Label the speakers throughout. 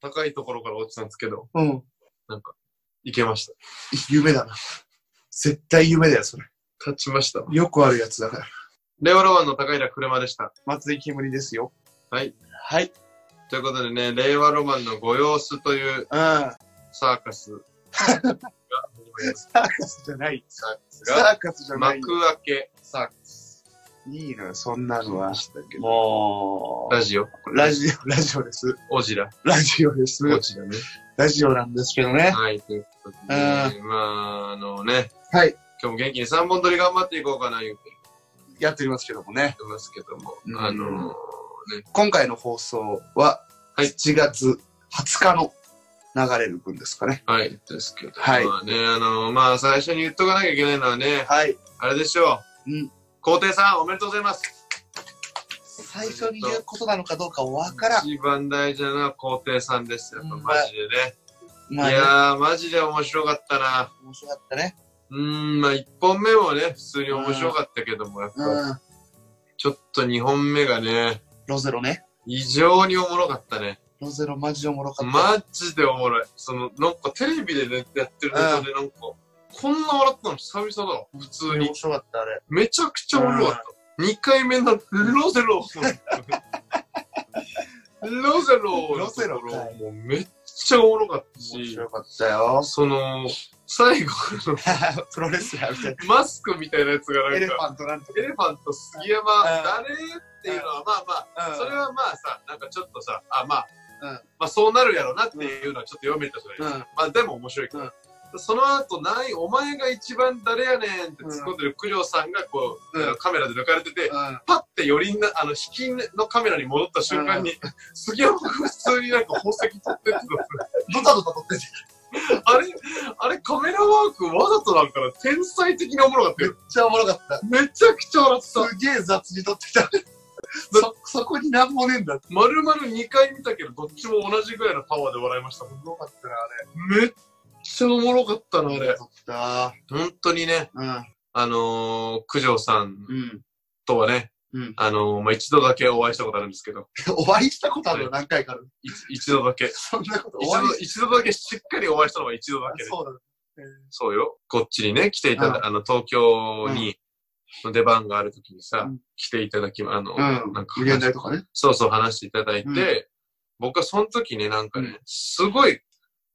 Speaker 1: 高いところから落ちたんですけど、
Speaker 2: うん。
Speaker 1: なんか、行けました。
Speaker 2: 夢だな。絶対夢だよ、それ。
Speaker 1: 勝ちました。
Speaker 2: よくあるやつだから。
Speaker 1: レオロマンの高平車でした。
Speaker 2: 松井煙ですよ。
Speaker 1: はい。
Speaker 2: はい。
Speaker 1: ということでね、令和ロマンのご様子という
Speaker 2: うん。サ
Speaker 1: サーカスが始まります。
Speaker 2: ーカスじゃない。
Speaker 1: サーカスが、
Speaker 2: サーカスじゃない。
Speaker 1: 幕開けサーカス。
Speaker 2: いいのよ、そんなのは。
Speaker 1: もう、ラジオ、
Speaker 2: ラジオ、ラジオです。
Speaker 1: オジラ、
Speaker 2: ラジオです。
Speaker 1: オジラね。
Speaker 2: ラジオなんですけどね。
Speaker 1: はい、ということで、まあ、あのね、
Speaker 2: はい。
Speaker 1: 今日も元気に3本撮り頑張っていこうかな、言うて言
Speaker 2: やっておりますけどもね。
Speaker 1: ってますけども、
Speaker 2: うん
Speaker 1: あのー、ね、
Speaker 2: 今回の放送は、
Speaker 1: はい
Speaker 2: 7月20日の流れる分ですかね。
Speaker 1: はい、ですけど、
Speaker 2: はい
Speaker 1: まあね、あのー、まあ、最初に言っとかなきゃいけないのはね、
Speaker 2: はい。
Speaker 1: あれでしょう。
Speaker 2: うん。
Speaker 1: 皇帝さん、おめでとうございます。
Speaker 2: 最初に言うことなのかどうかわからん。
Speaker 1: 一番大事なのは皇帝さんです。やっぱ
Speaker 2: うん
Speaker 1: マジでね。
Speaker 2: まあ、
Speaker 1: い
Speaker 2: ね、
Speaker 1: やー、マジで面白かったな。
Speaker 2: 面白かったね。
Speaker 1: うーん、まあ1本目もね、普通に面白かったけども、やっぱ、
Speaker 2: うん。
Speaker 1: ちょっと2本目がね、
Speaker 2: ロゼロね。
Speaker 1: 異常におもろかったね。
Speaker 2: ロゼロマジおもろかった。
Speaker 1: マジでおもろい。その、なんかテレビで、ね、やってるネタでなんか、こんな笑ったの久々だわ。普通に
Speaker 2: 面。白かった、あれ。
Speaker 1: めちゃくちゃ面白かった。2回目のロゼロ。ロゼロのところ
Speaker 2: ロゼロかい
Speaker 1: もうめっちゃおもろかった
Speaker 2: 面
Speaker 1: し、。
Speaker 2: 白かったよ
Speaker 1: その、最後の
Speaker 2: プロレスラーみたい
Speaker 1: マスクみたいなやつが
Speaker 2: な。エ
Speaker 1: な
Speaker 2: レ
Speaker 1: ん
Speaker 2: フ
Speaker 1: か、
Speaker 2: ァントなんとか
Speaker 1: エ。レファント杉山、誰っていうのはまあまあ、それはまあさ、なんかちょっとさ、あ、まあ、
Speaker 2: うん
Speaker 1: まあそうなるやろなっていうのはちょっと読めたじゃない、
Speaker 2: うん。うん。
Speaker 1: まあでも面白いから。その後、ない、お前が一番誰やねんって突っ込んでる九条さんがこう、
Speaker 2: うん
Speaker 1: カメラで抜かれてて、
Speaker 2: うん。
Speaker 1: パッて寄りな、あの、引きのカメラに戻った瞬間に、杉山が普通になんか宝石取ってって
Speaker 2: ドタドタ撮ってて。
Speaker 1: あれ、あれカメラワークわざとなんかな天才的におもろかった
Speaker 2: めっ
Speaker 1: よ。
Speaker 2: ちゃおもろかった。
Speaker 1: めちゃくちゃ笑った。
Speaker 2: すげえ雑に撮ってた。そ、そこになんもねえんだって。
Speaker 1: まるまる2回見たけど、どっちも同じぐらいのパワーで笑いましたもん。
Speaker 2: おもろかったな、
Speaker 1: めっちゃおもろかったな、あ
Speaker 2: あれ。
Speaker 1: れ。
Speaker 2: 撮った。
Speaker 1: 本当にね、
Speaker 2: うん。
Speaker 1: あのー、九条さん
Speaker 2: うん。
Speaker 1: とはね、
Speaker 2: うん。
Speaker 1: あのー、まあ、一度だけお会いしたことあるんですけど、
Speaker 2: お会いしたことあるよ、何回かある。
Speaker 1: い一度だけ。
Speaker 2: そんなこと
Speaker 1: 一
Speaker 2: お会い
Speaker 1: 度、一度だけしっかりお会いしたのは一度だけで。
Speaker 2: そうだね。えー
Speaker 1: そうよ。こっちにね、来ていただ、
Speaker 2: う
Speaker 1: あの、東京に、の出番があるときにさ、
Speaker 2: うん
Speaker 1: 来ていただき、あの、
Speaker 2: うん
Speaker 1: なんか
Speaker 2: 無限大とかね。
Speaker 1: そうそう話していただいて、
Speaker 2: うん
Speaker 1: 僕はその時ね、なんかね、
Speaker 2: うん
Speaker 1: すごい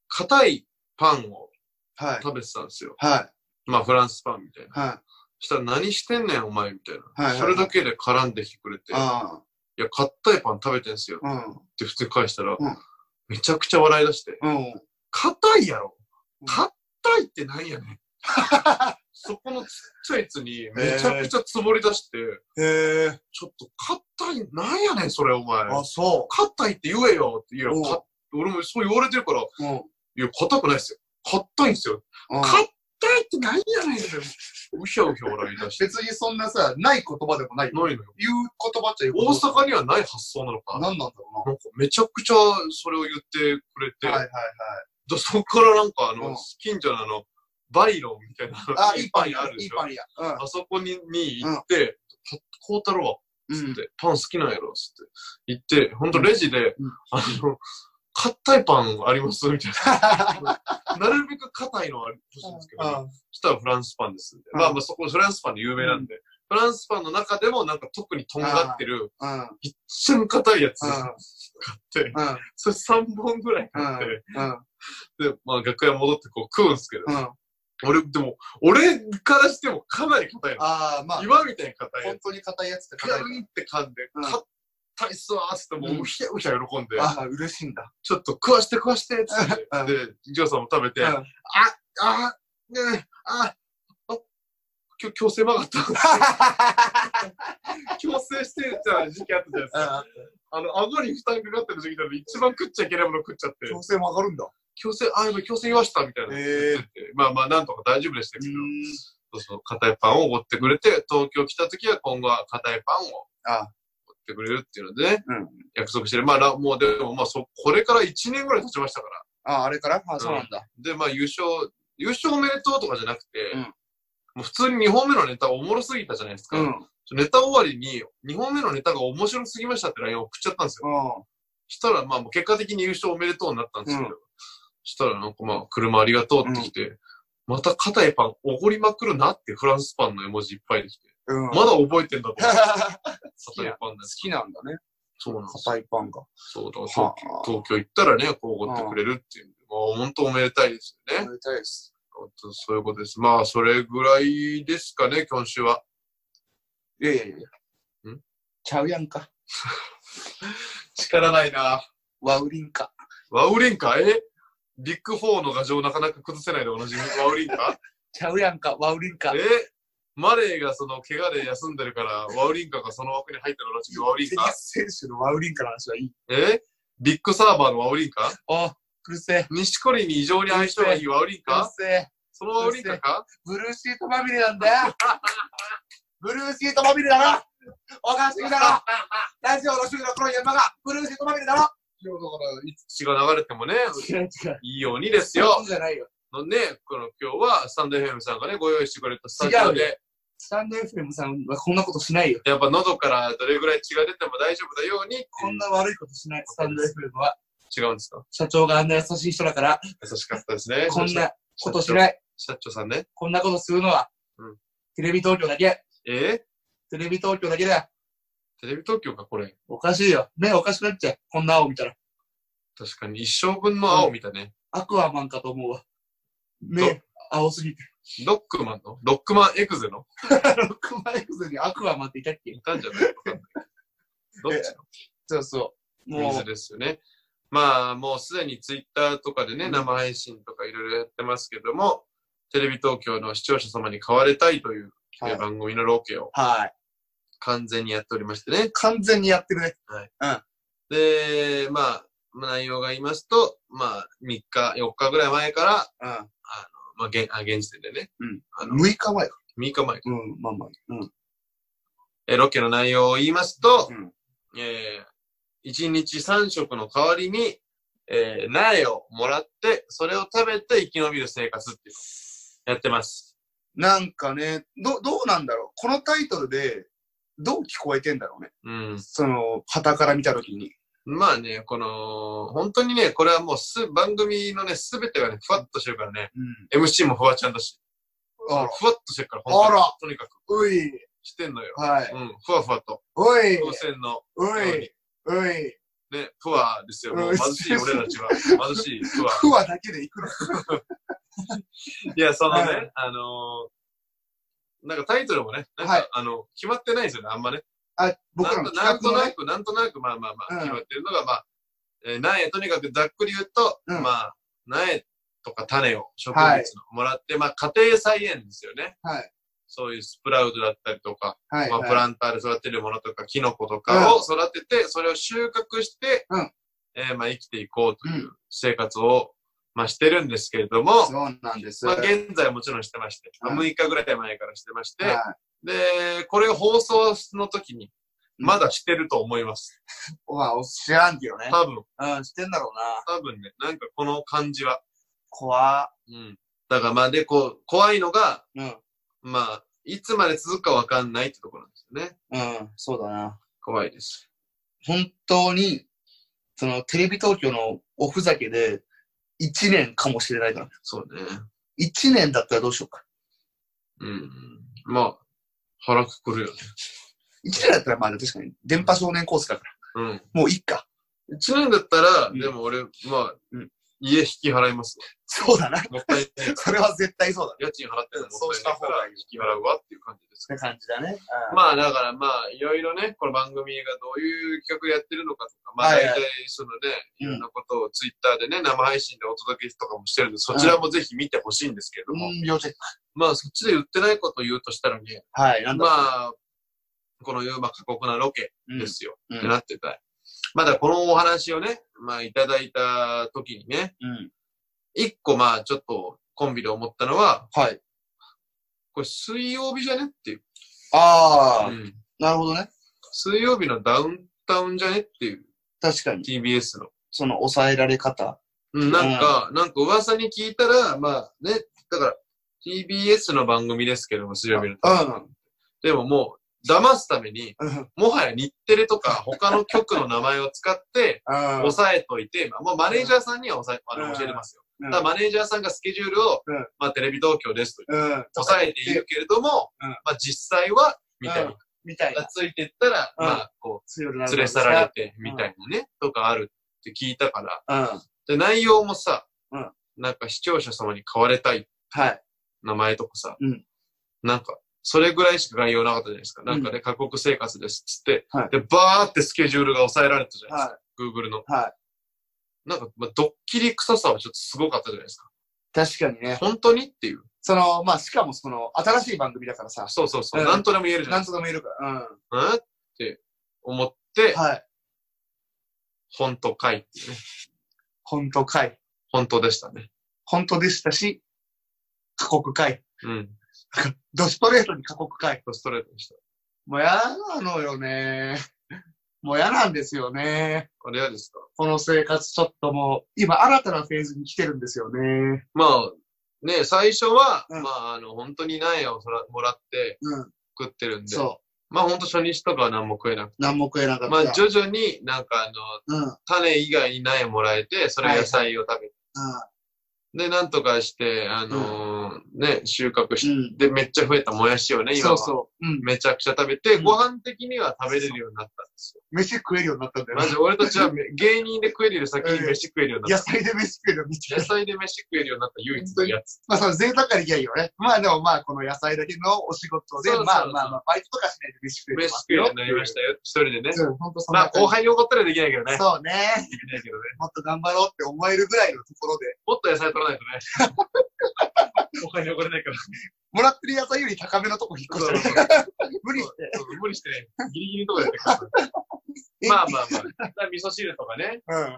Speaker 1: 硬いパンを
Speaker 2: はい。
Speaker 1: 食べてたんですよ。
Speaker 2: はい。
Speaker 1: まあ、フランスパンみたいな。
Speaker 2: はい。
Speaker 1: したら何してんねん、お前、みたいな。
Speaker 2: はいはいはい
Speaker 1: それだけで絡んできてくれて、い
Speaker 2: あ
Speaker 1: や、硬いパン食べてんすよっ
Speaker 2: あ。うん。
Speaker 1: て普通に返したら、
Speaker 2: うん
Speaker 1: めちゃくちゃ笑い出して、
Speaker 2: うん。
Speaker 1: 硬いやろ
Speaker 2: うん
Speaker 1: 硬いってなんやね ん。そこのちっちゃいやつにめちゃくちゃつぼり出して、
Speaker 2: へえ。
Speaker 1: ちょっと硬い、なんやねん、それお前。
Speaker 2: あ、そ
Speaker 1: 硬いって言えよって言う
Speaker 2: うん。
Speaker 1: よ。か俺もそう言われてるから、いう
Speaker 2: うん。
Speaker 1: や、硬くないっすよ。硬いんすよ。
Speaker 2: うん
Speaker 1: 硬いって何やねん。うひゃうひゃ笑い出して。
Speaker 2: 別にそんなさ、ない言葉でもな
Speaker 1: な
Speaker 2: い
Speaker 1: い
Speaker 2: よ。
Speaker 1: のよ。
Speaker 2: 言う言葉っちゃ言う
Speaker 1: 大阪
Speaker 2: 言
Speaker 1: にはない発想なのか。
Speaker 2: 葉。何なんだろ
Speaker 1: なんかめちゃくちゃそれを言ってくれて、
Speaker 2: うな。はいはい
Speaker 1: でそこからなんかあの、
Speaker 2: うん
Speaker 1: 近所のあの、バイロンみたいな、
Speaker 2: はい。あ、いいパンや
Speaker 1: ある。で
Speaker 2: いい
Speaker 1: しょ
Speaker 2: パ。ンや。うん。
Speaker 1: あそこにに行って、こうたろうつって、パン好きなんやろつって。行って、ほんとレジで、
Speaker 2: うん
Speaker 1: あの、硬いパンありますみたい な。なるべく硬いのありほしいんですけど、そしたらフランスパンですみたいな。
Speaker 2: うん
Speaker 1: まあまあそこフランスパンで有名なんで、フランスパンの中でもなんか特にとんがってる、
Speaker 2: うん。うん。
Speaker 1: 一瞬硬いやつ
Speaker 2: う
Speaker 1: 買
Speaker 2: ん
Speaker 1: って、
Speaker 2: うん。
Speaker 1: それ3本ぐらい買って、
Speaker 2: うん。
Speaker 1: で、まあ楽屋戻ってこう食うんすけど、
Speaker 2: うん。あ
Speaker 1: 俺、でも、俺からしてもかなり硬いの。
Speaker 2: あ、まあ、
Speaker 1: 岩みたいに硬いやつ
Speaker 2: 本当に硬いやつって
Speaker 1: ガ
Speaker 2: 硬い
Speaker 1: ーンって噛んで、
Speaker 2: うん
Speaker 1: 硬いっすわーっつって、もううひゃうひゃ喜んで、
Speaker 2: ああ、嬉しいんだ。
Speaker 1: ちょっと食わして食わしてっつって、
Speaker 2: うん
Speaker 1: で、ジョーさんも食べて、
Speaker 2: うん。
Speaker 1: あ、あ、ねえ、あ、あ、今日強制曲がった。 強制してた時期あったじゃないですか。あの、顎に負担かかってる時期なので、一番食っちゃいけないもの食っちゃって、
Speaker 2: 強制も上がるんだ。
Speaker 1: 強制、あ、今強制言わしたみたいな。
Speaker 2: へえ
Speaker 1: まあまあ、なんとか大丈夫でした
Speaker 2: う
Speaker 1: けど、
Speaker 2: ん。
Speaker 1: そうそう、硬いパンをおごってくれて、東京来た時は今後は硬いパンを
Speaker 2: あ
Speaker 1: おごってくれるっていうのでね、
Speaker 2: うん
Speaker 1: 約束してる。まあ、らもうでも、まあそ、これから1年ぐらい経ちましたから。
Speaker 2: あ、あれからあ、そうなんだ。
Speaker 1: で、まあ優勝、優勝おめでとうとかじゃなくて、
Speaker 2: うん
Speaker 1: もう普通に2本目のネタおもろすぎたじゃないですか。
Speaker 2: うん。うん。
Speaker 1: ネタ終わりに、2本目のネタが面白すぎましたって LINE を送っちゃったんですよ。したら、まあ、もう結果的に優勝おめでとうになったんですけど、したら、なんかまあ、車ありがとうってきて、また硬いパンおごりまくるなってフランスパンの絵文字いっぱいできて、
Speaker 2: うん。
Speaker 1: まだ覚えてんだと思って、
Speaker 2: 好き
Speaker 1: 硬い
Speaker 2: な、
Speaker 1: パンで
Speaker 2: 好
Speaker 1: す。
Speaker 2: きなんだね。
Speaker 1: そうなんですよ。
Speaker 2: 硬いパンが。
Speaker 1: そうだ、
Speaker 2: はあ。
Speaker 1: 東京行ったらね、こうおごってくれるっていう。まあ、本当おめでたいですよね。
Speaker 2: 食べたいです。
Speaker 1: 本当そういうことです。まあ、それぐらいですかね、今週は。
Speaker 2: いやいやいや。
Speaker 1: ん
Speaker 2: ちゃうやんか。
Speaker 1: 力ないな。
Speaker 2: ワウリンか。
Speaker 1: ワウリンカえビッグ4の牙城なかなか崩せないでおなじみ、ワウリンカ
Speaker 2: ちゃうやんか。ワウリンか。
Speaker 1: えマレーがその怪我で休んでるから、ワウリンカがその枠に入ったのおなじみ、ワウリン
Speaker 2: テニ
Speaker 1: カ
Speaker 2: ス選手のワウリンカの話はいい。
Speaker 1: えビッグサーバーのワウリンカ
Speaker 2: あ、うるせえ。
Speaker 1: 錦織に異常に相性がいいワウリン
Speaker 2: うる
Speaker 1: カ
Speaker 2: せえ。
Speaker 1: そのワウリンカか
Speaker 2: ブルーシートまみ れなんだよ。ブルーシートまみれだろ。おかしいだろ。ラジオの収録の山がブルーシートまみれだろ。
Speaker 1: だから、いつ血が流れてもね、
Speaker 2: 違う違う。
Speaker 1: いいようにです
Speaker 2: そ
Speaker 1: よ
Speaker 2: う。じゃないよ。
Speaker 1: のね、この今日はスタンド FM さんがね、ご用意してくれたスタジオ
Speaker 2: 違う
Speaker 1: で、
Speaker 2: スタンド FM さんはこんなことしないよ。
Speaker 1: やっぱ喉からどれぐらい血が出ても大丈夫だように、
Speaker 2: こんな悪いことしない。スタンド FM は。
Speaker 1: 違うんですか
Speaker 2: 社長があんな優しい人だから、
Speaker 1: 優しかったですね。
Speaker 2: こん
Speaker 1: 社
Speaker 2: なことしない。
Speaker 1: 社長さんね。
Speaker 2: こんなことするのは
Speaker 1: うん、
Speaker 2: テレビ東京だけ。
Speaker 1: えー
Speaker 2: テレビ東京だけだよ。
Speaker 1: テレビ東京か、これ。
Speaker 2: おかしいよ。目おかしくなっちゃう。こんな青見たら。
Speaker 1: 確かに一生分の青見たね。
Speaker 2: アクアマンかと思うわ。
Speaker 1: ど
Speaker 2: 目、青すぎて。
Speaker 1: ロックマンのロックマンエグゼの
Speaker 2: ロックマイクズにアクアマンっていたっけ
Speaker 1: いたんじゃないわかんないどっち
Speaker 2: そうそう。
Speaker 1: の水ですよね。まあ、もうすでにツイッターとかでね、
Speaker 2: うん
Speaker 1: 生配信とかいろいろやってますけども、テレビ東京の視聴者様に買われたいという
Speaker 2: はい。
Speaker 1: 番組のロケを
Speaker 2: はい。
Speaker 1: 完全にやっておりましてね。
Speaker 2: 完全にやってるね。
Speaker 1: で、まあ、まあ内容が言いますと、まあ、3日、4日ぐらい前から、まあ、現あ現時点でね、
Speaker 2: うん
Speaker 1: あ
Speaker 2: う
Speaker 1: の
Speaker 2: ん。6日前か。
Speaker 1: 3日前
Speaker 2: うん、まあまあ。うん。
Speaker 1: え、ロケの内容を言いますと、
Speaker 2: うん
Speaker 1: えー、1日3食の代わりに、えー、苗をもらって、それを食べて生き延びる生活っていうのをやってます。
Speaker 2: なんかね、ど、どうなんだろう。このタイトルで、どう聞こえてんだろうね。
Speaker 1: うん。
Speaker 2: その、旗から見たときに。
Speaker 1: まあね、この、本当にね、これはもうす、番組のね、すべてがね、ふわっとしてるからね、
Speaker 2: うん。
Speaker 1: MC もふわちゃんだし、ふ
Speaker 2: あ
Speaker 1: わ
Speaker 2: ら
Speaker 1: っ。としてるから、本当に
Speaker 2: あら
Speaker 1: とにかく
Speaker 2: おい。
Speaker 1: してんのよ。
Speaker 2: はい。
Speaker 1: うん、ふわふわと。
Speaker 2: おい。
Speaker 1: 当選の、
Speaker 2: お
Speaker 1: よう
Speaker 2: い
Speaker 1: に。
Speaker 2: おい。
Speaker 1: ね、プアですよ。
Speaker 2: うん
Speaker 1: もう貧しい俺たちは。貧しい プア。
Speaker 2: ふわだけでいくの。
Speaker 1: いや、その
Speaker 2: は
Speaker 1: ね、あのーなんかタイトルもね、なんか、
Speaker 2: はい
Speaker 1: あの、決まってないですよね、あんまね。
Speaker 2: あ、僕
Speaker 1: な
Speaker 2: らの
Speaker 1: んとなんと
Speaker 2: 企画の
Speaker 1: な
Speaker 2: ね。
Speaker 1: く、なんとなく、まあまあまあ、
Speaker 2: うん
Speaker 1: 決まってるのが、まあ、えー苗、とにかくざっくり言うと、
Speaker 2: うん
Speaker 1: まあ、苗とか種を植物
Speaker 2: は
Speaker 1: の
Speaker 2: い
Speaker 1: もらって、まあ、家庭菜園ですよね。
Speaker 2: はい。
Speaker 1: そういうスプラウトだったりとか、
Speaker 2: はい。
Speaker 1: まあ、プ
Speaker 2: は
Speaker 1: ランターで育てるものとか、キノコとかを育てて、それを収穫して、
Speaker 2: うん
Speaker 1: えーまあ、生きていこうというう生活を、まあ、してるんですけれども、
Speaker 2: い。そうなんです。
Speaker 1: まあ、
Speaker 2: はい。
Speaker 1: 現在はもちろんしてまして、まあ
Speaker 2: うん
Speaker 1: 6日ぐらい前からしてまして、で、これが放送の時に、まだしてると思います。
Speaker 2: わ、お知らんけどね。
Speaker 1: 多分、
Speaker 2: うん、してんだろうな。
Speaker 1: 多分ね、なんかこの感じは。
Speaker 2: 怖っ
Speaker 1: うん。だからまあ、で、こう、怖いのが、
Speaker 2: うん。
Speaker 1: まあ、いつまで続くかわかんないってところなんですよね。
Speaker 2: うん、そうだな。
Speaker 1: 怖いです。
Speaker 2: 本当に、そのテレビ東京のおふざけで、1年かもしれないから。
Speaker 1: そうね。
Speaker 2: 1年だったらどうしようか。
Speaker 1: うん。まあ、腹くくるよね。
Speaker 2: 1年だったらまあ確かに、電波少年コースだから。
Speaker 1: うん。
Speaker 2: もういいか。
Speaker 1: 一年だったら、
Speaker 2: うん
Speaker 1: でも俺、まあ、
Speaker 2: うん
Speaker 1: 家引き払います
Speaker 2: そうだな。
Speaker 1: わ。もったいない。
Speaker 2: それは絶対そう だ。
Speaker 1: 家賃払ってるのも
Speaker 2: そう
Speaker 1: っ
Speaker 2: した
Speaker 1: い
Speaker 2: た
Speaker 1: ないか
Speaker 2: 方
Speaker 1: ら
Speaker 2: がいい
Speaker 1: 引き払うわっていう感じです
Speaker 2: っ。て感じだね。まあ、
Speaker 1: まあだからまあいろいろね、この番組がどういう企画やってるのかとか、まあ
Speaker 2: はい
Speaker 1: 大
Speaker 2: はい
Speaker 1: 体そのね、い
Speaker 2: うん
Speaker 1: ろんなことをツイッターでね、生配信でお届けとかもしてるんで、そちらもぜひ見てほしいんですけども、
Speaker 2: うん、要チェック。
Speaker 1: まあそっちで言ってないことを言うとしたらね、
Speaker 2: はい、なんだ
Speaker 1: ま
Speaker 2: ろう
Speaker 1: あ、このいうまあ過酷なロケ
Speaker 2: うん
Speaker 1: ですよ、
Speaker 2: う
Speaker 1: って
Speaker 2: ん
Speaker 1: なってたい。まあだからこのお話をね、まあいただいた時にね、
Speaker 2: うん。
Speaker 1: 一個まあちょっとコンビで思ったのは、
Speaker 2: はい。
Speaker 1: これ水曜日じゃねっていう。
Speaker 2: ああ、
Speaker 1: うん
Speaker 2: なるほどね。
Speaker 1: 水曜日のダウンタウンじゃねっていう、
Speaker 2: 確かに。
Speaker 1: TBS の。
Speaker 2: その抑えられ方。
Speaker 1: うん、なんか、なんか噂に聞いたら、まあね、だから、TBS の番組ですけども、水曜日の。
Speaker 2: うん。
Speaker 1: でもも騙すために、
Speaker 2: うん
Speaker 1: もはや日テレとか他の局の名前を使って、押さえといて、まあ、マネージャーさんには押さえ、あ
Speaker 2: う
Speaker 1: の
Speaker 2: ん
Speaker 1: 教えれますよ。
Speaker 2: うん
Speaker 1: ただマネージャーさんがスケジュールを
Speaker 2: うん、
Speaker 1: まあ、テレビ東京ですと
Speaker 2: うん。
Speaker 1: 押さえているけれども、
Speaker 2: うん
Speaker 1: まあ、実際は、みたいな。
Speaker 2: みたいな。
Speaker 1: ついてったら、
Speaker 2: うん
Speaker 1: まあ、こ
Speaker 2: 強
Speaker 1: う、連れ去られて、みたいなね、とかあるって聞いたから。
Speaker 2: うん。
Speaker 1: で、内容もさ
Speaker 2: うん、
Speaker 1: なんか視聴者様に買われたい
Speaker 2: はい。
Speaker 1: 名前とかさ
Speaker 2: うん、
Speaker 1: なんか、それぐらいしか概要なかったじゃないですか。なんかね、過酷生活です、つって
Speaker 2: はい。
Speaker 1: で、バーってスケジュールが抑えられたじゃないですか。
Speaker 2: は
Speaker 1: Google の。
Speaker 2: い。はい。
Speaker 1: なんか、まあドッキリ臭さはちょっとすごかったじゃないですか。
Speaker 2: 確かにね。
Speaker 1: 本当にっていう。
Speaker 2: その、まあ、しかもその、新しい番組だからさ、
Speaker 1: そうそうそう。
Speaker 2: うん
Speaker 1: なんとでも言えるじゃな
Speaker 2: ないん
Speaker 1: です
Speaker 2: とでもいるから。うん。
Speaker 1: か。うんって思って、
Speaker 2: はい。
Speaker 1: 本当かいっていうね。
Speaker 2: 本当かい。
Speaker 1: 本当でしたね。
Speaker 2: 本当でしたし、過酷かい。
Speaker 1: うん。
Speaker 2: ドストレートに過酷かい。
Speaker 1: ストレートでした。
Speaker 2: もう嫌なのよね。もう嫌なんですよね。
Speaker 1: あれやですか
Speaker 2: この生活ちょっともう、今新たなフェーズに来てるんですよね。
Speaker 1: まあ、ね、最初は、
Speaker 2: うん
Speaker 1: まあ、あの、本当に苗をそらもらって
Speaker 2: うん。
Speaker 1: 食ってるんで、
Speaker 2: そ
Speaker 1: まあ、本当初日とかは何も食えなくて、
Speaker 2: う。何も食えなかった。
Speaker 1: まあ、徐々になんかあの、
Speaker 2: うん。うん。
Speaker 1: 種以外に苗もらえて、それ野菜を食べて、で、なんとかして、あのーね、収穫して、
Speaker 2: うん。
Speaker 1: で、めっちゃ増えたもやしをね、今
Speaker 2: そ
Speaker 1: は
Speaker 2: うそう。うん。
Speaker 1: めちゃくちゃ食べて、
Speaker 2: うん
Speaker 1: ご飯的には食べれるようになったんですよ。
Speaker 2: 飯食えるようになったんだよ
Speaker 1: マ
Speaker 2: ね
Speaker 1: ジ、俺たちはめ芸人で食えるより先に飯食えるようにな
Speaker 2: 野
Speaker 1: っ
Speaker 2: 菜で飯食えるようになった
Speaker 1: た。野菜で飯食えるようになった唯一のやつ。
Speaker 2: まあ、その贅沢ができないよね。まあでもまあ、この野菜だけのお仕事で、
Speaker 1: そうそうそう
Speaker 2: まあまあまあ、バイトとかしないで飯食えて
Speaker 1: 飯
Speaker 2: ます
Speaker 1: 食えるよ
Speaker 2: よ。
Speaker 1: うになりましたよ。一人でね。
Speaker 2: うん、ほんとそん
Speaker 1: まあ、
Speaker 2: な
Speaker 1: 後輩
Speaker 2: 輩
Speaker 1: に怒ったらできないけどね。
Speaker 2: そうね。
Speaker 1: できないけどね。
Speaker 2: もっと頑張ろうって思えるぐらいのところで、
Speaker 1: もっと野菜取らないとね。 後輩に怒れないから。
Speaker 2: もらってる野菜より高めのとこ引っ越したね。無理して。
Speaker 1: そう無理してね、ギリギリのとこでやってくるまあまあまあ。だから味噌汁とかね、
Speaker 2: うん。
Speaker 1: あのー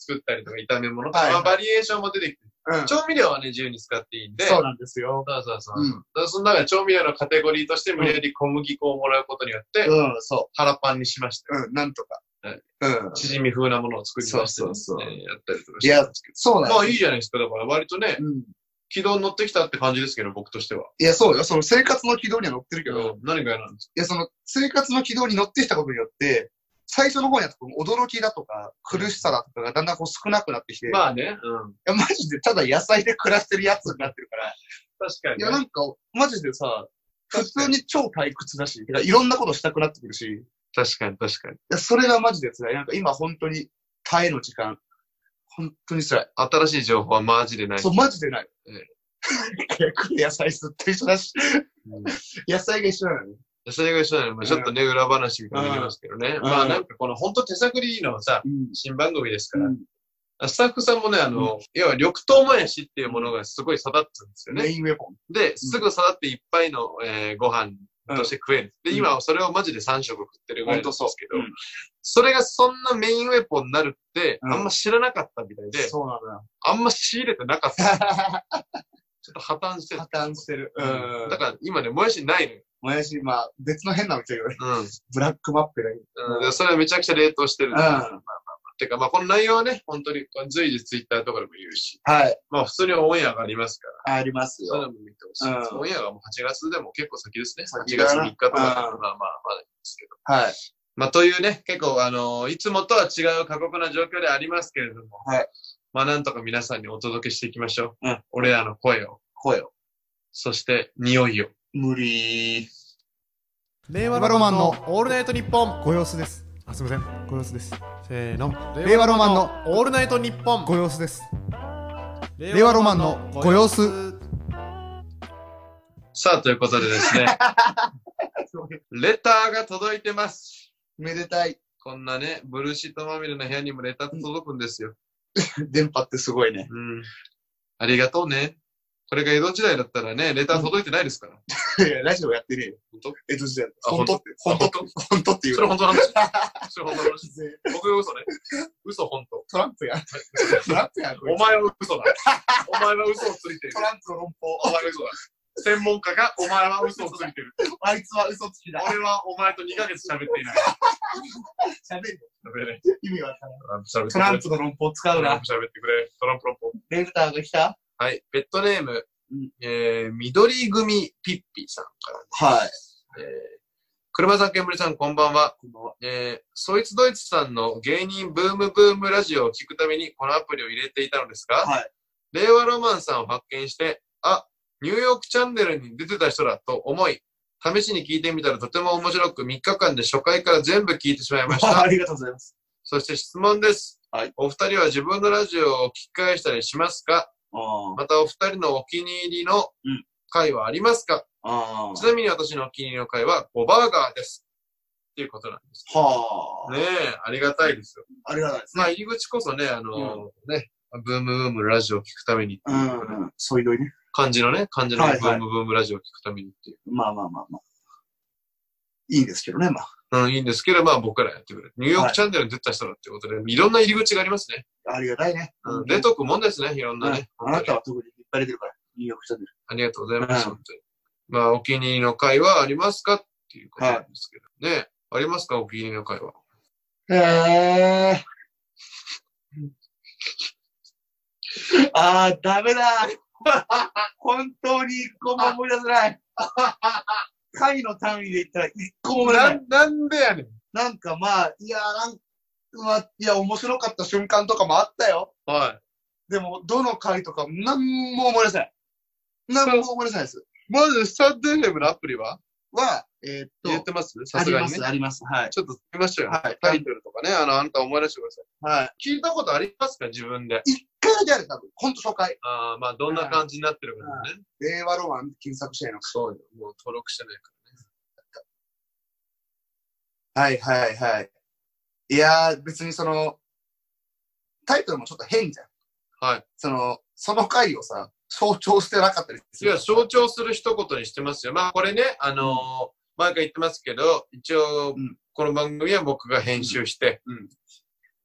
Speaker 1: 作ったりとか炒め物とか、
Speaker 2: はい
Speaker 1: まあバリエーションも出てきて、
Speaker 2: うん。
Speaker 1: 調味料はね、自由に使っていいんで、
Speaker 2: そうなんですよ。
Speaker 1: そうそうそう。
Speaker 2: うん
Speaker 1: だからその中で調味料のカテゴリーとして無理やり小麦粉をもらうことによって、
Speaker 2: うん、そ
Speaker 1: 腹パンにしましたよ。
Speaker 2: う。うん、なんとか。う
Speaker 1: はい
Speaker 2: ん。
Speaker 1: チヂミ風なものを作りましてね、
Speaker 2: そうそうそう
Speaker 1: えーやったりとかして。
Speaker 2: いや、そうなん
Speaker 1: まあいい
Speaker 2: い。
Speaker 1: じゃないですか。だから割とね、
Speaker 2: うん。
Speaker 1: 軌道に乗ってきたって感じですけど、僕としては。
Speaker 2: いや、そうよ。その生活の軌道には乗ってるけど、い
Speaker 1: 何が嫌なんです
Speaker 2: や、その生活の軌道に乗ってきたことによって、最初の方には多分驚きだとか、苦しさだとかがだんだんこう少なくなってきて、
Speaker 1: かまあね、うん。
Speaker 2: いや、マジでただ野菜で暮らしてるやつになってるから。
Speaker 1: 確かに
Speaker 2: い
Speaker 1: ね、
Speaker 2: や、なんか、マジでさ、普
Speaker 1: 確か
Speaker 2: 通
Speaker 1: に
Speaker 2: に超退屈だし、てかいろんなことしたくなってくるし、い
Speaker 1: 確かに確かに。
Speaker 2: や、それがマジで辛い。なんか今本当に耐えの時間、本当に辛い。
Speaker 1: 新しい情報はマジでない。
Speaker 2: そう、マジでない。
Speaker 1: え
Speaker 2: 早く野菜吸って一緒だし、
Speaker 1: うん
Speaker 2: 野菜が一緒なのに。
Speaker 1: それが一緒なの、まあ、ちょっとね、裏話みたいになりますけどね。
Speaker 2: ん
Speaker 1: まあなんかこの本当手探りのさ、
Speaker 2: うん。
Speaker 1: 新番組ですから、
Speaker 2: うん
Speaker 1: スタッフさんもね、あの、要は緑豆もやしっていうものがすごい育つんですよ
Speaker 2: メ
Speaker 1: ね。
Speaker 2: インウェポン。
Speaker 1: で、すぐ育っていっぱいの、えーご飯として食える。で、今はそれをマジで3食食ってるぐらいなんですけど、
Speaker 2: ほんとそううん
Speaker 1: それがそんなメインウェポンになるって、
Speaker 2: うん
Speaker 1: あんま知らなかったみたいで、
Speaker 2: そうなの よ。
Speaker 1: あんま仕入れてなかった。ちょっと破綻してた
Speaker 2: 破綻してる。うん。
Speaker 1: だから今ね、もやしないのよ。
Speaker 2: もやし、まあ、別の変なの来てるよね。
Speaker 1: うん。
Speaker 2: ブラックマップがいい。
Speaker 1: うんで、それはめちゃくちゃ冷凍してるん
Speaker 2: うん。
Speaker 1: ですよ。
Speaker 2: は
Speaker 1: てか、まあ、この内容はね、本当に随時ツイッターとかでも言うし、
Speaker 2: い。
Speaker 1: まあ、普通にオンエアがありますから、
Speaker 2: あります
Speaker 1: そういう。
Speaker 2: よ
Speaker 1: のも見てほしいです。
Speaker 2: うん
Speaker 1: オンエアがもう8月でも結構先ですね。
Speaker 2: 先
Speaker 1: 8
Speaker 2: だ
Speaker 1: 月
Speaker 2: な
Speaker 1: 3日とか、まあ
Speaker 2: うん
Speaker 1: まあまあですけど。
Speaker 2: はい。
Speaker 1: まあ、というね、結構、あのーいつもとは違う過酷な状況ではありますけれども、
Speaker 2: はい
Speaker 1: まあ、なんとか皆さんにお届けしていきましょう。
Speaker 2: うん
Speaker 1: 俺らの声を、
Speaker 2: 声を。
Speaker 1: そして匂いを。
Speaker 2: 無理。
Speaker 3: 令和ロマンのオールナイトニッポンご様子ですあすいませんご様子ですせーの令和ロマンのオールナイトニッポンご様子です令和ロマンのご様子
Speaker 1: さあ、ということでです ね、レターが届いてます。
Speaker 2: めでたい。
Speaker 1: こんなね、ブルーシートまみれの部屋にもレター届くんですよ。
Speaker 2: 電波ってすごいね。
Speaker 1: うん。ありがとうね。これが江戸時代だったらね、レター届いてないですから。
Speaker 2: いや、ラジオやってねえよ。
Speaker 1: 本当
Speaker 2: 江戸時代。
Speaker 1: あ
Speaker 2: 本当って、本当って、本当って言
Speaker 1: そうれ
Speaker 2: の。
Speaker 1: 本当の 話。それ本当の話。僕が嘘ね。嘘本当。
Speaker 2: トランプや。 トランプや。こい
Speaker 1: お
Speaker 2: つ
Speaker 1: 前は嘘だ。お前は嘘をついている
Speaker 2: ト。ランプの論法。
Speaker 1: お前は嘘だ。専門家がお前は嘘をついている。
Speaker 2: あいつは嘘つきだ。
Speaker 1: 俺はお前と2ヶ月喋っていない。
Speaker 2: 喋る
Speaker 1: 喋れない
Speaker 2: 意味わからん。
Speaker 1: 喋って
Speaker 2: ト
Speaker 1: く
Speaker 2: ラ
Speaker 1: れ
Speaker 2: ン。プの論法使
Speaker 1: ト
Speaker 2: う
Speaker 1: ラン
Speaker 2: な。
Speaker 1: プ喋ってくれ。トランプロンポ。
Speaker 2: レーターが来た
Speaker 1: はい。ペットネーム
Speaker 2: うん、
Speaker 1: えー、緑組ピッピさんから。
Speaker 2: はい。
Speaker 1: えー車さん、煙さん、こんばんは。
Speaker 2: こんばんは。
Speaker 1: えー、そいつドイツさんの芸人ブームブームラジオを聞くためにこのアプリを入れていたのですが、
Speaker 2: はい
Speaker 1: 令和ロマンさんを発見して、あ、ニューヨークチャンネルに出てた人だと思い、試しに聞いてみたらとても面白く3日間で初回から全部聞いてしまいました
Speaker 2: あ。りがとうございます。
Speaker 1: そして質問です。
Speaker 2: はい
Speaker 1: お二人は自分のラジオを聞き返したりしますか
Speaker 2: あー
Speaker 1: またお二人のお気に入りの
Speaker 2: うん
Speaker 1: 回はありますか、
Speaker 2: あ
Speaker 1: ち
Speaker 2: ー。
Speaker 1: なみに私のお気に入りの回は5バーガーです。っていうことなんです。
Speaker 2: はあ。
Speaker 1: ねえ、ありがたいですよ。
Speaker 2: ありがたいです
Speaker 1: まあ
Speaker 2: ね。
Speaker 1: 入り口こそね、あのね、ブームブームラジオを聞くために、
Speaker 2: うんうん。そういうのね。
Speaker 1: 漢字のね、漢字の
Speaker 2: は
Speaker 1: ブ
Speaker 2: いはい
Speaker 1: ームブームラジオを聞くためにっていう。
Speaker 2: まあまあまあまあ。いいんですけどね、まあ。
Speaker 1: うん、いいんですけど、まあ僕らやってくれる。ニューヨー
Speaker 2: は
Speaker 1: ク
Speaker 2: い
Speaker 1: チャンネルに出た人だってことで、いろんな入り口がありますね。
Speaker 2: ありがたいね。
Speaker 1: うん、出とくもんですね、いろんな
Speaker 2: は
Speaker 1: ね
Speaker 2: い。あなたは特にいっぱい出てるから、入浴してる。
Speaker 1: ありがとうございます、
Speaker 2: うん
Speaker 1: 本当に。まあ、お気に入りの回はありますかっていうことなんですけどね。ありますかお気に入りの回は。
Speaker 2: えー。あー、ダメだ。 本当に一個も思い出せない。 回の単位で言ったら一個も思い出せない。、
Speaker 1: なんでやねん。
Speaker 2: なんかまあ、いやー、なんうわ、いや、面白かった瞬間とかもあったよ。
Speaker 1: は
Speaker 2: でも、どの回とか、なんも思い出せない。なんも思い出せないです。
Speaker 1: い。まず、スタンド FM のアプリは
Speaker 2: は、えーっと、
Speaker 1: 言ってますねさ
Speaker 2: あ
Speaker 1: す
Speaker 2: り
Speaker 1: が
Speaker 2: ま
Speaker 1: にね
Speaker 2: す、。あります。はい。
Speaker 1: ちょっと見ましょうよ。
Speaker 2: はい
Speaker 1: タイトルとかね、あの、あなた思い出してくださ
Speaker 2: はい。
Speaker 1: い。聞いたことありますか自分で。
Speaker 2: 一回だけある、多分。ほんと初回。
Speaker 1: ああ、まあ、どんな感じになってるかね。
Speaker 2: 令和ロマン検索してないの
Speaker 1: そうよ。もう登録してないか
Speaker 2: はいはいはい。いやー、別にその、タイトルもちょっと変じゃん。
Speaker 1: ら。はい。
Speaker 2: その、その回をさ、象徴してなかったりす
Speaker 1: い
Speaker 2: る。
Speaker 1: や、象徴する一言にしてますよ。まあ、これね、あのー毎回言ってますけど、一応
Speaker 2: うん、
Speaker 1: この番組は僕が編集して、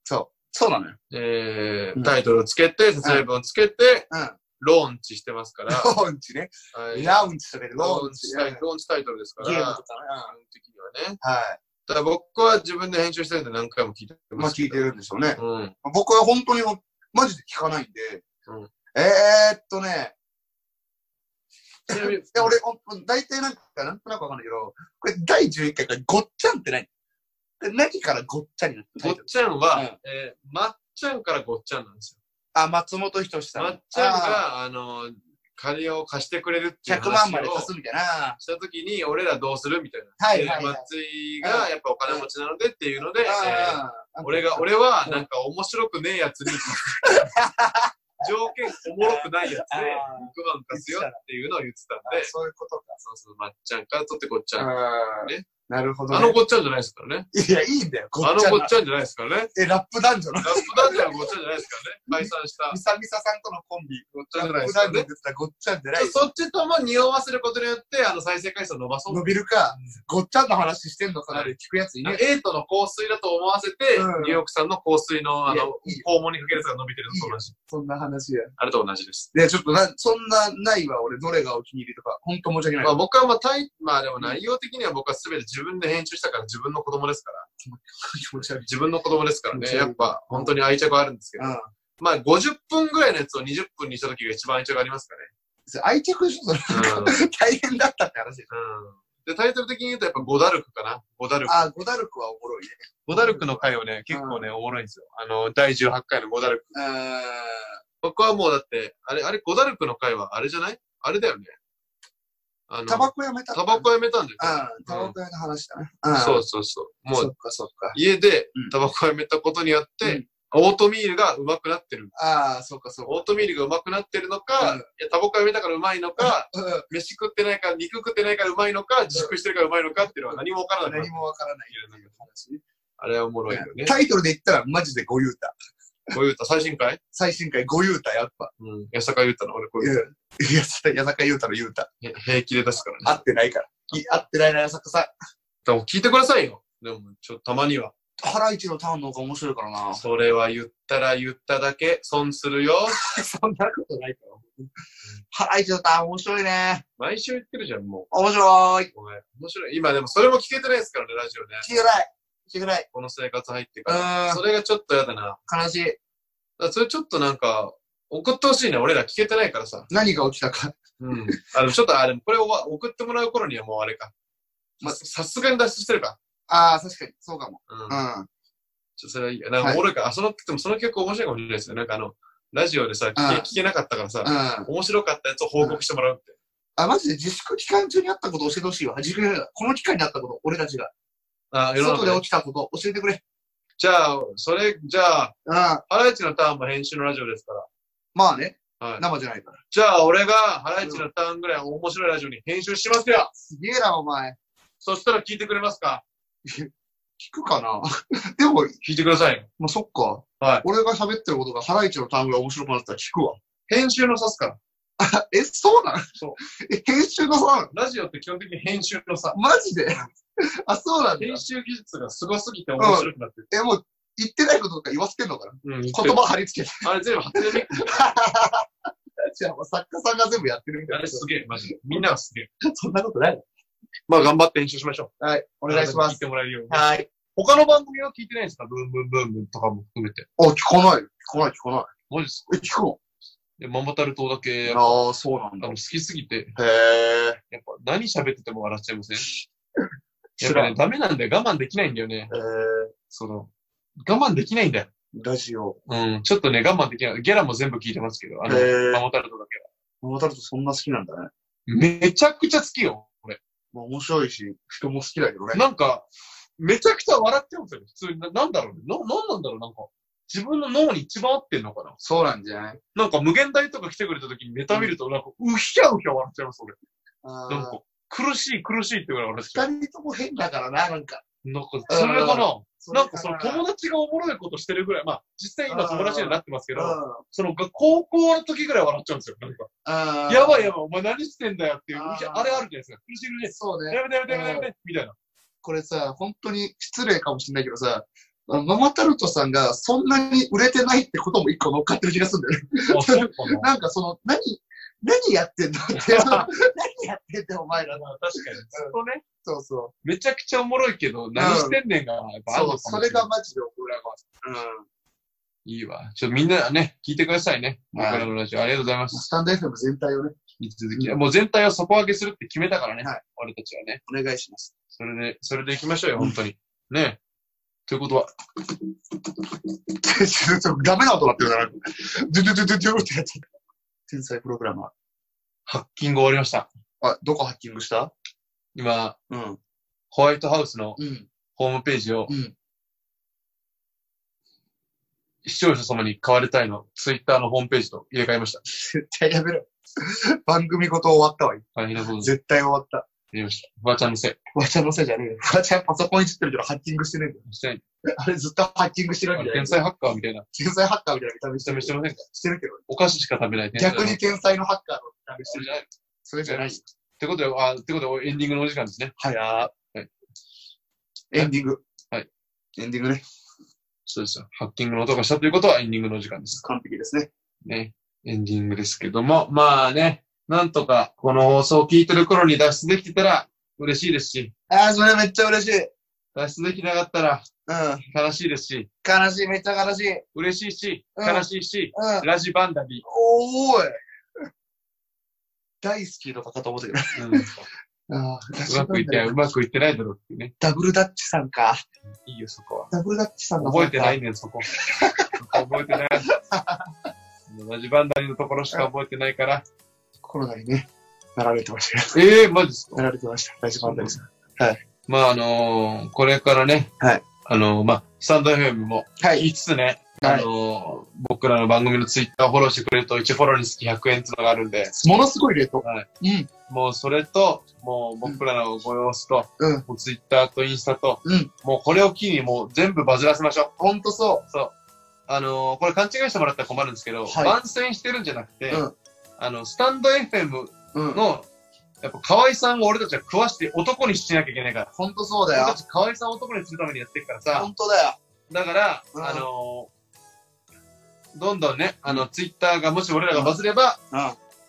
Speaker 2: そう。そうなのよ。
Speaker 1: えー、
Speaker 2: うん
Speaker 1: タイトルをつけて、説明文をつけて、
Speaker 2: うん。
Speaker 1: ローンチしてますから、は
Speaker 2: ローンチね。
Speaker 1: い、
Speaker 2: ラウンチとかでロ
Speaker 1: ロ
Speaker 2: ー
Speaker 1: ー
Speaker 2: ン
Speaker 1: ン
Speaker 2: チ。
Speaker 1: チ
Speaker 2: は
Speaker 1: タ
Speaker 2: い
Speaker 1: イ。ローンチタイトルですから、
Speaker 2: ゲームと
Speaker 1: 基
Speaker 2: か
Speaker 1: 本的にはね。
Speaker 2: は
Speaker 1: ただ僕は自分で編集してるんで何回も聞いて
Speaker 2: い。ま
Speaker 1: ま
Speaker 2: あ
Speaker 1: す
Speaker 2: 聞
Speaker 1: け
Speaker 2: い
Speaker 1: ど。
Speaker 2: てるんでしょうね。
Speaker 1: うん。
Speaker 2: 僕は本当にほん、マジで聞かないんで。
Speaker 1: うん
Speaker 2: えーっとね、
Speaker 1: ちなみに
Speaker 2: い、や俺、ほん大体なんか、なんとなくわかんないけど、これ第11回からごっちゃんって何何からごっちゃになった
Speaker 1: ごっ
Speaker 2: タイトル
Speaker 1: ちゃんは、
Speaker 2: うん
Speaker 1: えー、まっちゃんからごっちゃんなんです
Speaker 2: あ、松本人志さ
Speaker 1: よ。
Speaker 2: ん。
Speaker 1: まっちゃん
Speaker 2: あ
Speaker 1: が、あのー、借りを貸してくれるってい
Speaker 2: ー、
Speaker 1: う
Speaker 2: 100万
Speaker 1: 話
Speaker 2: まで
Speaker 1: を
Speaker 2: 貸すみたいな。
Speaker 1: したときに、俺らどうするみたいな。
Speaker 2: はいはいはい
Speaker 1: で松井がやっぱお金持ちなのでっていうので、えー
Speaker 2: あー
Speaker 1: 俺が、、俺は、なんか面白くねえやつに、 条件おもろくないやつ
Speaker 2: あ
Speaker 1: で、
Speaker 2: ー
Speaker 1: 6番貸すよっていうのを言ってた
Speaker 2: あ
Speaker 1: んで、
Speaker 2: そういうことか。
Speaker 1: そうそう、まっちゃんから取ってこっちゃん。
Speaker 2: あー
Speaker 1: ね
Speaker 2: なるほど、ね。
Speaker 1: あのごっちゃんじゃないですからね。
Speaker 2: いや、いいんだよ。ご
Speaker 1: あ
Speaker 2: っ
Speaker 1: の
Speaker 2: ちゃ
Speaker 1: ご
Speaker 2: んな
Speaker 1: っ。ちゃんじゃないですからね。
Speaker 2: え、ラップ男女
Speaker 1: ラッ
Speaker 2: の
Speaker 1: プダンジャーのごっちゃんじゃないですからね。解散した
Speaker 2: ミ。サミサさんとのコンビ。
Speaker 1: ごっちゃん
Speaker 2: ラ
Speaker 1: じゃないで
Speaker 2: ップ
Speaker 1: すから
Speaker 2: 男
Speaker 1: ね
Speaker 2: 女って。言ったらごっちゃんじゃない。
Speaker 1: そっちとも匂わせることによって、あの、再生回数を伸ばそう
Speaker 2: 伸。びるか、ごっちゃんの話してんのかなで聞くやつい
Speaker 1: あの
Speaker 2: ね
Speaker 1: エイトの香水だと思わせて、
Speaker 2: うん
Speaker 1: ニューヨークさんの香水の、あ
Speaker 2: いやい
Speaker 1: の、
Speaker 2: いよ
Speaker 1: 肛門にかけるやつが伸びてるのと同じ。
Speaker 2: そんな話や。
Speaker 1: あれと同じです。
Speaker 2: で、ちょっとな、そんなないわ、俺、どれがお気に入りとか、ほんと申し訳ない
Speaker 1: ま。あ僕はまあタイ、まあでも内容的には僕は全て自分で編集したから自分の子供ですから。
Speaker 2: 気持ち悪い。
Speaker 1: 自分の子供ですからね。
Speaker 2: 気持ち
Speaker 1: や
Speaker 2: 悪い
Speaker 1: っぱ本当に愛着はあるんですけど。
Speaker 2: うん。
Speaker 1: まあ50分ぐらいのやつを20分にした時が一番愛着ありますか
Speaker 2: 愛着でしょ、それ。
Speaker 1: らね。うん。
Speaker 2: 大変だったって話でしょ。
Speaker 1: で、タイトル的に言うとやっぱゴダルクかな。ゴダルク。
Speaker 2: あー、ゴダルクはおもろいね。
Speaker 1: ゴダルクの回をね、結構ね、おもろいんですよ。あの、第18回のゴダルク。
Speaker 2: あ
Speaker 1: 僕はもうだって、あれ、あれ、ゴダルクの回はあれじゃないあれだよね。あの、
Speaker 2: ー、タバコやめた
Speaker 1: タバコやめたんだよ。
Speaker 2: ああ、タバコ屋の話だね。ああ
Speaker 1: そうそうそう。もう
Speaker 2: そっかそっか。
Speaker 1: 家で
Speaker 2: うん
Speaker 1: タバコをやめたことによって、
Speaker 2: うん
Speaker 1: オートミールがうまくなってる。
Speaker 2: ああ、そっかそっか。
Speaker 1: オートミールがうまくなってるのか、
Speaker 2: うん
Speaker 1: いやタバコやめたからうまいのか、
Speaker 2: うん
Speaker 1: 飯食ってないから、肉食ってないからうまいのか、自粛してるからうまいのかっていうのは何もわからない。
Speaker 2: 何もわからないような話ね
Speaker 1: あれはおもろいよね。
Speaker 2: タイトルで言ったらマジでごゆうた。
Speaker 1: こういう歌、最新回
Speaker 2: 最新回ごゆうた、やっぱ。
Speaker 1: うん。安坂優太の俺こう
Speaker 2: い
Speaker 1: い
Speaker 2: や
Speaker 1: う、
Speaker 2: 矢坂矢坂ゆうたのゆうた。
Speaker 1: 歌、平気で出すからね。
Speaker 2: 合ってないから。い合ってないな、矢坂さん。
Speaker 1: でも聞いてくださいよ。でも、ちょっとたまには。
Speaker 2: ハライチのターンの方が面白いからな。
Speaker 1: それは言ったら言っただけ損するよ。
Speaker 2: そんなことないから。ハライチのターン面白いね。
Speaker 1: 毎週言ってるじゃん、も
Speaker 2: 面白い。
Speaker 1: う。ごめん。面白い。今でもそれも聞けてないですからね、ラジオね。
Speaker 2: 聞きづらい。聞きづらい。
Speaker 1: この生活入って
Speaker 2: う
Speaker 1: から。それがちょっとやだな。
Speaker 2: ーん、悲しい。
Speaker 1: だからそれちょっとなんか、送ってほしいね。俺ら聞けてないからさ。
Speaker 2: 何が起きたか。
Speaker 1: うん。あの、ちょっと、あれ、これをわ送ってもらう頃にはもうあれか。まあ、さすがに脱出してるか。
Speaker 2: ああ、確かに、そうかも。
Speaker 1: うん。
Speaker 2: うん。
Speaker 1: ちょそれはいいや。なん
Speaker 2: は
Speaker 1: か
Speaker 2: い
Speaker 1: 俺が、あ、その、でもその曲面白いかもしれないですよ。なんかあの、ラジオでさ、聞け
Speaker 2: うん
Speaker 1: 聞けなかったからさ、
Speaker 2: うん。
Speaker 1: 面白かったやつを報告してもらうって。
Speaker 2: あ、マジで自粛期間中にあったこと教えてほしいわ。自粛期間中この期間にあったこと、俺たちが。
Speaker 1: あ、世の
Speaker 2: 外
Speaker 1: 中
Speaker 2: で
Speaker 1: で
Speaker 2: 起きたこと、教えてくれ。
Speaker 1: じゃあ、それ、じゃあ、
Speaker 2: うん。ま
Speaker 1: ハライチのターンも編集のラジオですから。
Speaker 2: あね、
Speaker 1: はい。
Speaker 2: 生じゃないから。
Speaker 1: じゃあ、俺がハライチのターンぐらい面白いラジオに編集しますよ
Speaker 2: すげえな、お前。
Speaker 1: そしたら聞いてくれますか
Speaker 2: 聞くかな でも、
Speaker 1: 聞いてくださいよ。
Speaker 2: まあ、そっか。
Speaker 1: はい
Speaker 2: 俺が喋ってることがハライチの単語が面白くなったら聞くわ。
Speaker 1: 編集の差すから。
Speaker 2: あえ、そうなの。
Speaker 1: そう
Speaker 2: え、編集のそうなの
Speaker 1: ラジオって基本的に編集の差。
Speaker 2: マジであ、そうなんだ。
Speaker 1: 編集技術がすごすぎて面白くなってる。
Speaker 2: え、もう、言ってないこととか言わせてんのかな
Speaker 1: うん。言ってる
Speaker 2: 言葉貼り付けて。
Speaker 1: あれ全部初音ミック
Speaker 2: じゃあ、もう作家さんが全部やってるみた
Speaker 1: あ
Speaker 2: い
Speaker 1: れ
Speaker 2: な。
Speaker 1: すげえ、マジで。みんながすげ え。
Speaker 2: そんなことない
Speaker 1: まあ頑張って編集しましょう。
Speaker 2: はい、お
Speaker 1: お
Speaker 2: 願いしま
Speaker 1: 聞い
Speaker 2: す。
Speaker 1: てもらえるように。
Speaker 2: はい。
Speaker 1: 他の番組は聞いてないんですかブンブンブンブンとかも含めて。
Speaker 2: あ、聞かない。聞かない、聞かない。
Speaker 1: マジです
Speaker 2: え、聞くの
Speaker 1: かで、ママタル島だけ、あ
Speaker 2: ああ、そうな
Speaker 1: の、
Speaker 2: んだ。
Speaker 1: 好きすぎて、
Speaker 2: へえ。
Speaker 1: やっぱ何喋ってても笑っちゃいませんや
Speaker 2: 知
Speaker 1: っぱ
Speaker 2: らん。
Speaker 1: ね、
Speaker 2: へ
Speaker 1: ダメなんだよ。我慢できないんだよね。
Speaker 2: え。
Speaker 1: その、我慢できないんだよ。
Speaker 2: ラジオ。
Speaker 1: うん。ちょっとね、我慢できない。ギャラも全部聞いてますけど、あの、
Speaker 2: へー
Speaker 1: マモタルトだけ
Speaker 2: ママタルトそんな好きなんだね。
Speaker 1: は。めちゃくちゃ好きよ、俺。
Speaker 2: まあ面白いし、人も好きだけどね。
Speaker 1: なんか、めちゃくちゃ笑っちゃうんですよね、普通に。ななんだろうね。な、なんなんだろう、なんか。自分の脳に一番合ってんのかな。
Speaker 2: そうなんじゃない
Speaker 1: なんか、無限大とか来てくれた時にネタ見ると、なんか、うひゃうひゃ笑っちゃいます、俺。なん
Speaker 2: あ
Speaker 1: か、苦しい苦しいってぐらい笑っちゃ
Speaker 2: あ。
Speaker 1: う。
Speaker 2: 二人とも変だからな、なんか。
Speaker 1: なんか、それかな。なんか、その
Speaker 2: 達
Speaker 1: 友達がおもろいことしてるぐらい、まあ、実際今友達にはなってますけど、
Speaker 2: が、
Speaker 1: その、高校の時ぐらい笑っちゃうんですよ、なんか。
Speaker 2: うん。
Speaker 1: やば
Speaker 2: い。
Speaker 1: いやばい、お前何してんだよっていう、
Speaker 2: あー
Speaker 1: あれあるじゃないですか。苦しい苦し
Speaker 2: そう
Speaker 1: い。
Speaker 2: ね。
Speaker 1: やめてやめてやめてやめて、みたいな。
Speaker 2: これさ、本当に失礼かもしれないけどさ、あのママタルトさんがそんなに売れてないってことも一個乗っかってる気がするんだよね。
Speaker 1: あ、 そうかな。
Speaker 2: なんかその、何、何やってんだ って。何やってんだよお前ら。
Speaker 1: まあ確かに。ずっとね、
Speaker 2: そうそう。
Speaker 1: めちゃくちゃおもろいけど、何してんねんが、やっぱあるの
Speaker 2: そ
Speaker 1: か
Speaker 2: う、そ
Speaker 1: もし
Speaker 2: れ
Speaker 1: れない。
Speaker 2: がマジで怒られます。
Speaker 1: いいわ。ちょっとみんなね、聞いてくださいね。僕
Speaker 2: はい
Speaker 1: らのラジオ、ありがとうございま
Speaker 2: うん。
Speaker 1: す。
Speaker 2: スタンド FM 全体をね、
Speaker 1: 引き続き。もう全体を底上げするって決めたからね。
Speaker 2: はい
Speaker 1: 俺たちはね。
Speaker 2: お願いします。
Speaker 1: それで、それで行きましょうよ、本当に。ね。ということは、
Speaker 2: ちょっとダメな音なってるから、ドゥドゥドゥドゥドゥってやつ。天才プログラマー。
Speaker 1: ハッキング終わりました。
Speaker 2: あ、どこハッキングした
Speaker 1: 今、
Speaker 2: うん。
Speaker 1: ホワイトハウスの
Speaker 2: うん。
Speaker 1: ホームページを
Speaker 2: うん。
Speaker 1: 視聴者様に買われたいの、ツイッターのホームページと入れ替えました。
Speaker 2: 絶対やめろ。番組ごと終わったわ。
Speaker 1: 大変なことにな
Speaker 2: 絶対終わった。
Speaker 1: りました。ばあちゃんのせい。
Speaker 2: フワちゃんのせいじゃねえよ。フワちゃんパソコンいじってるけどハッキングしてねえんだよ。
Speaker 1: してない。
Speaker 2: あれずっとハッキングしてるわけじゃない
Speaker 1: 天。才ハッカーみたいな。
Speaker 2: 天才ハッカーみたいな見た目し
Speaker 1: して
Speaker 2: て
Speaker 1: ま
Speaker 2: る
Speaker 1: してませんか
Speaker 2: してるけどね。
Speaker 1: お菓子しか食べない天才
Speaker 2: 逆に天才のハッカーの見た目してる。
Speaker 1: っ
Speaker 2: それじゃないよ。
Speaker 1: てことで、あ、ってことで、エンディングのお時間ですね。
Speaker 2: はや
Speaker 1: はい
Speaker 2: エンディング。
Speaker 1: はい。
Speaker 2: エンディングね。
Speaker 1: そうですよ。ハッキングの音がしたということはエンディングのお時間です。
Speaker 2: 完璧ですね。
Speaker 1: ね。エンディングですけども、まあね、なんとかこの放送を聞いてる頃に脱出できてたら嬉しいですし、
Speaker 2: ああ、それめっちゃ嬉しい。
Speaker 1: 脱出できなかったら
Speaker 2: うん。
Speaker 1: 悲しいですし、
Speaker 2: 悲しい、めっちゃ悲しい。うん。
Speaker 1: 嬉しいし、
Speaker 2: うん
Speaker 1: 悲しいし、ラジバンダビ。
Speaker 2: おーい。大好きの方と思ってたけ
Speaker 1: うん、う
Speaker 2: ど。ああ、
Speaker 1: まくいって、 うまくいってないだろうっていうね。
Speaker 2: ダブルダッチさんか。
Speaker 1: いいよ、そこは。
Speaker 2: ダブルダッチさんの。
Speaker 1: 覚えてないいねん、そこ。そこ覚えてない。同じバンダリのところしか覚えてないから。
Speaker 2: コロナにね、なられてま したよ。
Speaker 1: ええマジです
Speaker 2: な
Speaker 1: から
Speaker 2: れてました。大事番です。
Speaker 1: まあ、あのーこれからね、
Speaker 2: はい
Speaker 1: あのーまあ、スタンド FM も
Speaker 2: は
Speaker 1: 言
Speaker 2: い。
Speaker 1: いつつね、
Speaker 2: はい
Speaker 1: あのー僕らの番組のツイッターをフォローしてくれると、1フォローにつき100円っていうのがあるんで、
Speaker 2: ものすごいレート。
Speaker 1: は
Speaker 2: うん。
Speaker 1: もうそれと、もう僕らのご様子と、
Speaker 2: うん
Speaker 1: もうツイッターとインスタと、
Speaker 2: うん
Speaker 1: もうこれを機にもう全部バズらせましょ。
Speaker 2: ほんとそう
Speaker 1: そう。あのーこれ勘違いしてもらったら困るんですけど、
Speaker 2: はい
Speaker 1: 番宣してるんじゃなくて、
Speaker 2: うん
Speaker 1: あの、スタンド FM
Speaker 2: う。うん。
Speaker 1: の、やっぱ河合さんを俺たちは食わして男にしなきゃいけないから。
Speaker 2: ほんとそうだ
Speaker 1: 俺た
Speaker 2: よ。
Speaker 1: ち河合さんを男にするためにやってるから
Speaker 2: ほ
Speaker 1: さ。
Speaker 2: んとだよ。
Speaker 1: だから、
Speaker 2: うん
Speaker 1: あのーどんどんね、あの、ツイッターがもし俺らがバズれば、
Speaker 2: うん。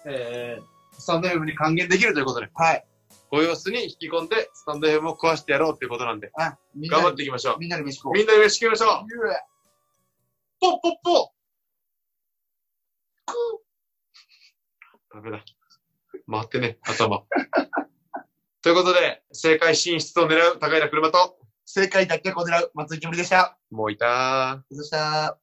Speaker 1: えー、スタンド FM に還元できるということで、
Speaker 2: はい。
Speaker 1: ご様子に引き込んで、スタンド FM を食わしてやろうということなんで、
Speaker 2: あ、みんな
Speaker 1: 頑
Speaker 2: で
Speaker 1: 張っていきましょ
Speaker 2: みんなで飯食お
Speaker 1: う。
Speaker 2: う。
Speaker 1: みんなで飯食いましょう
Speaker 2: ゆうえ
Speaker 1: ポッポッポダメだ。回ってね、頭。ということで、正解進出を狙う高平車と、
Speaker 2: 正解だけこねらう松井きむりでした。
Speaker 1: もういたー。
Speaker 2: でした。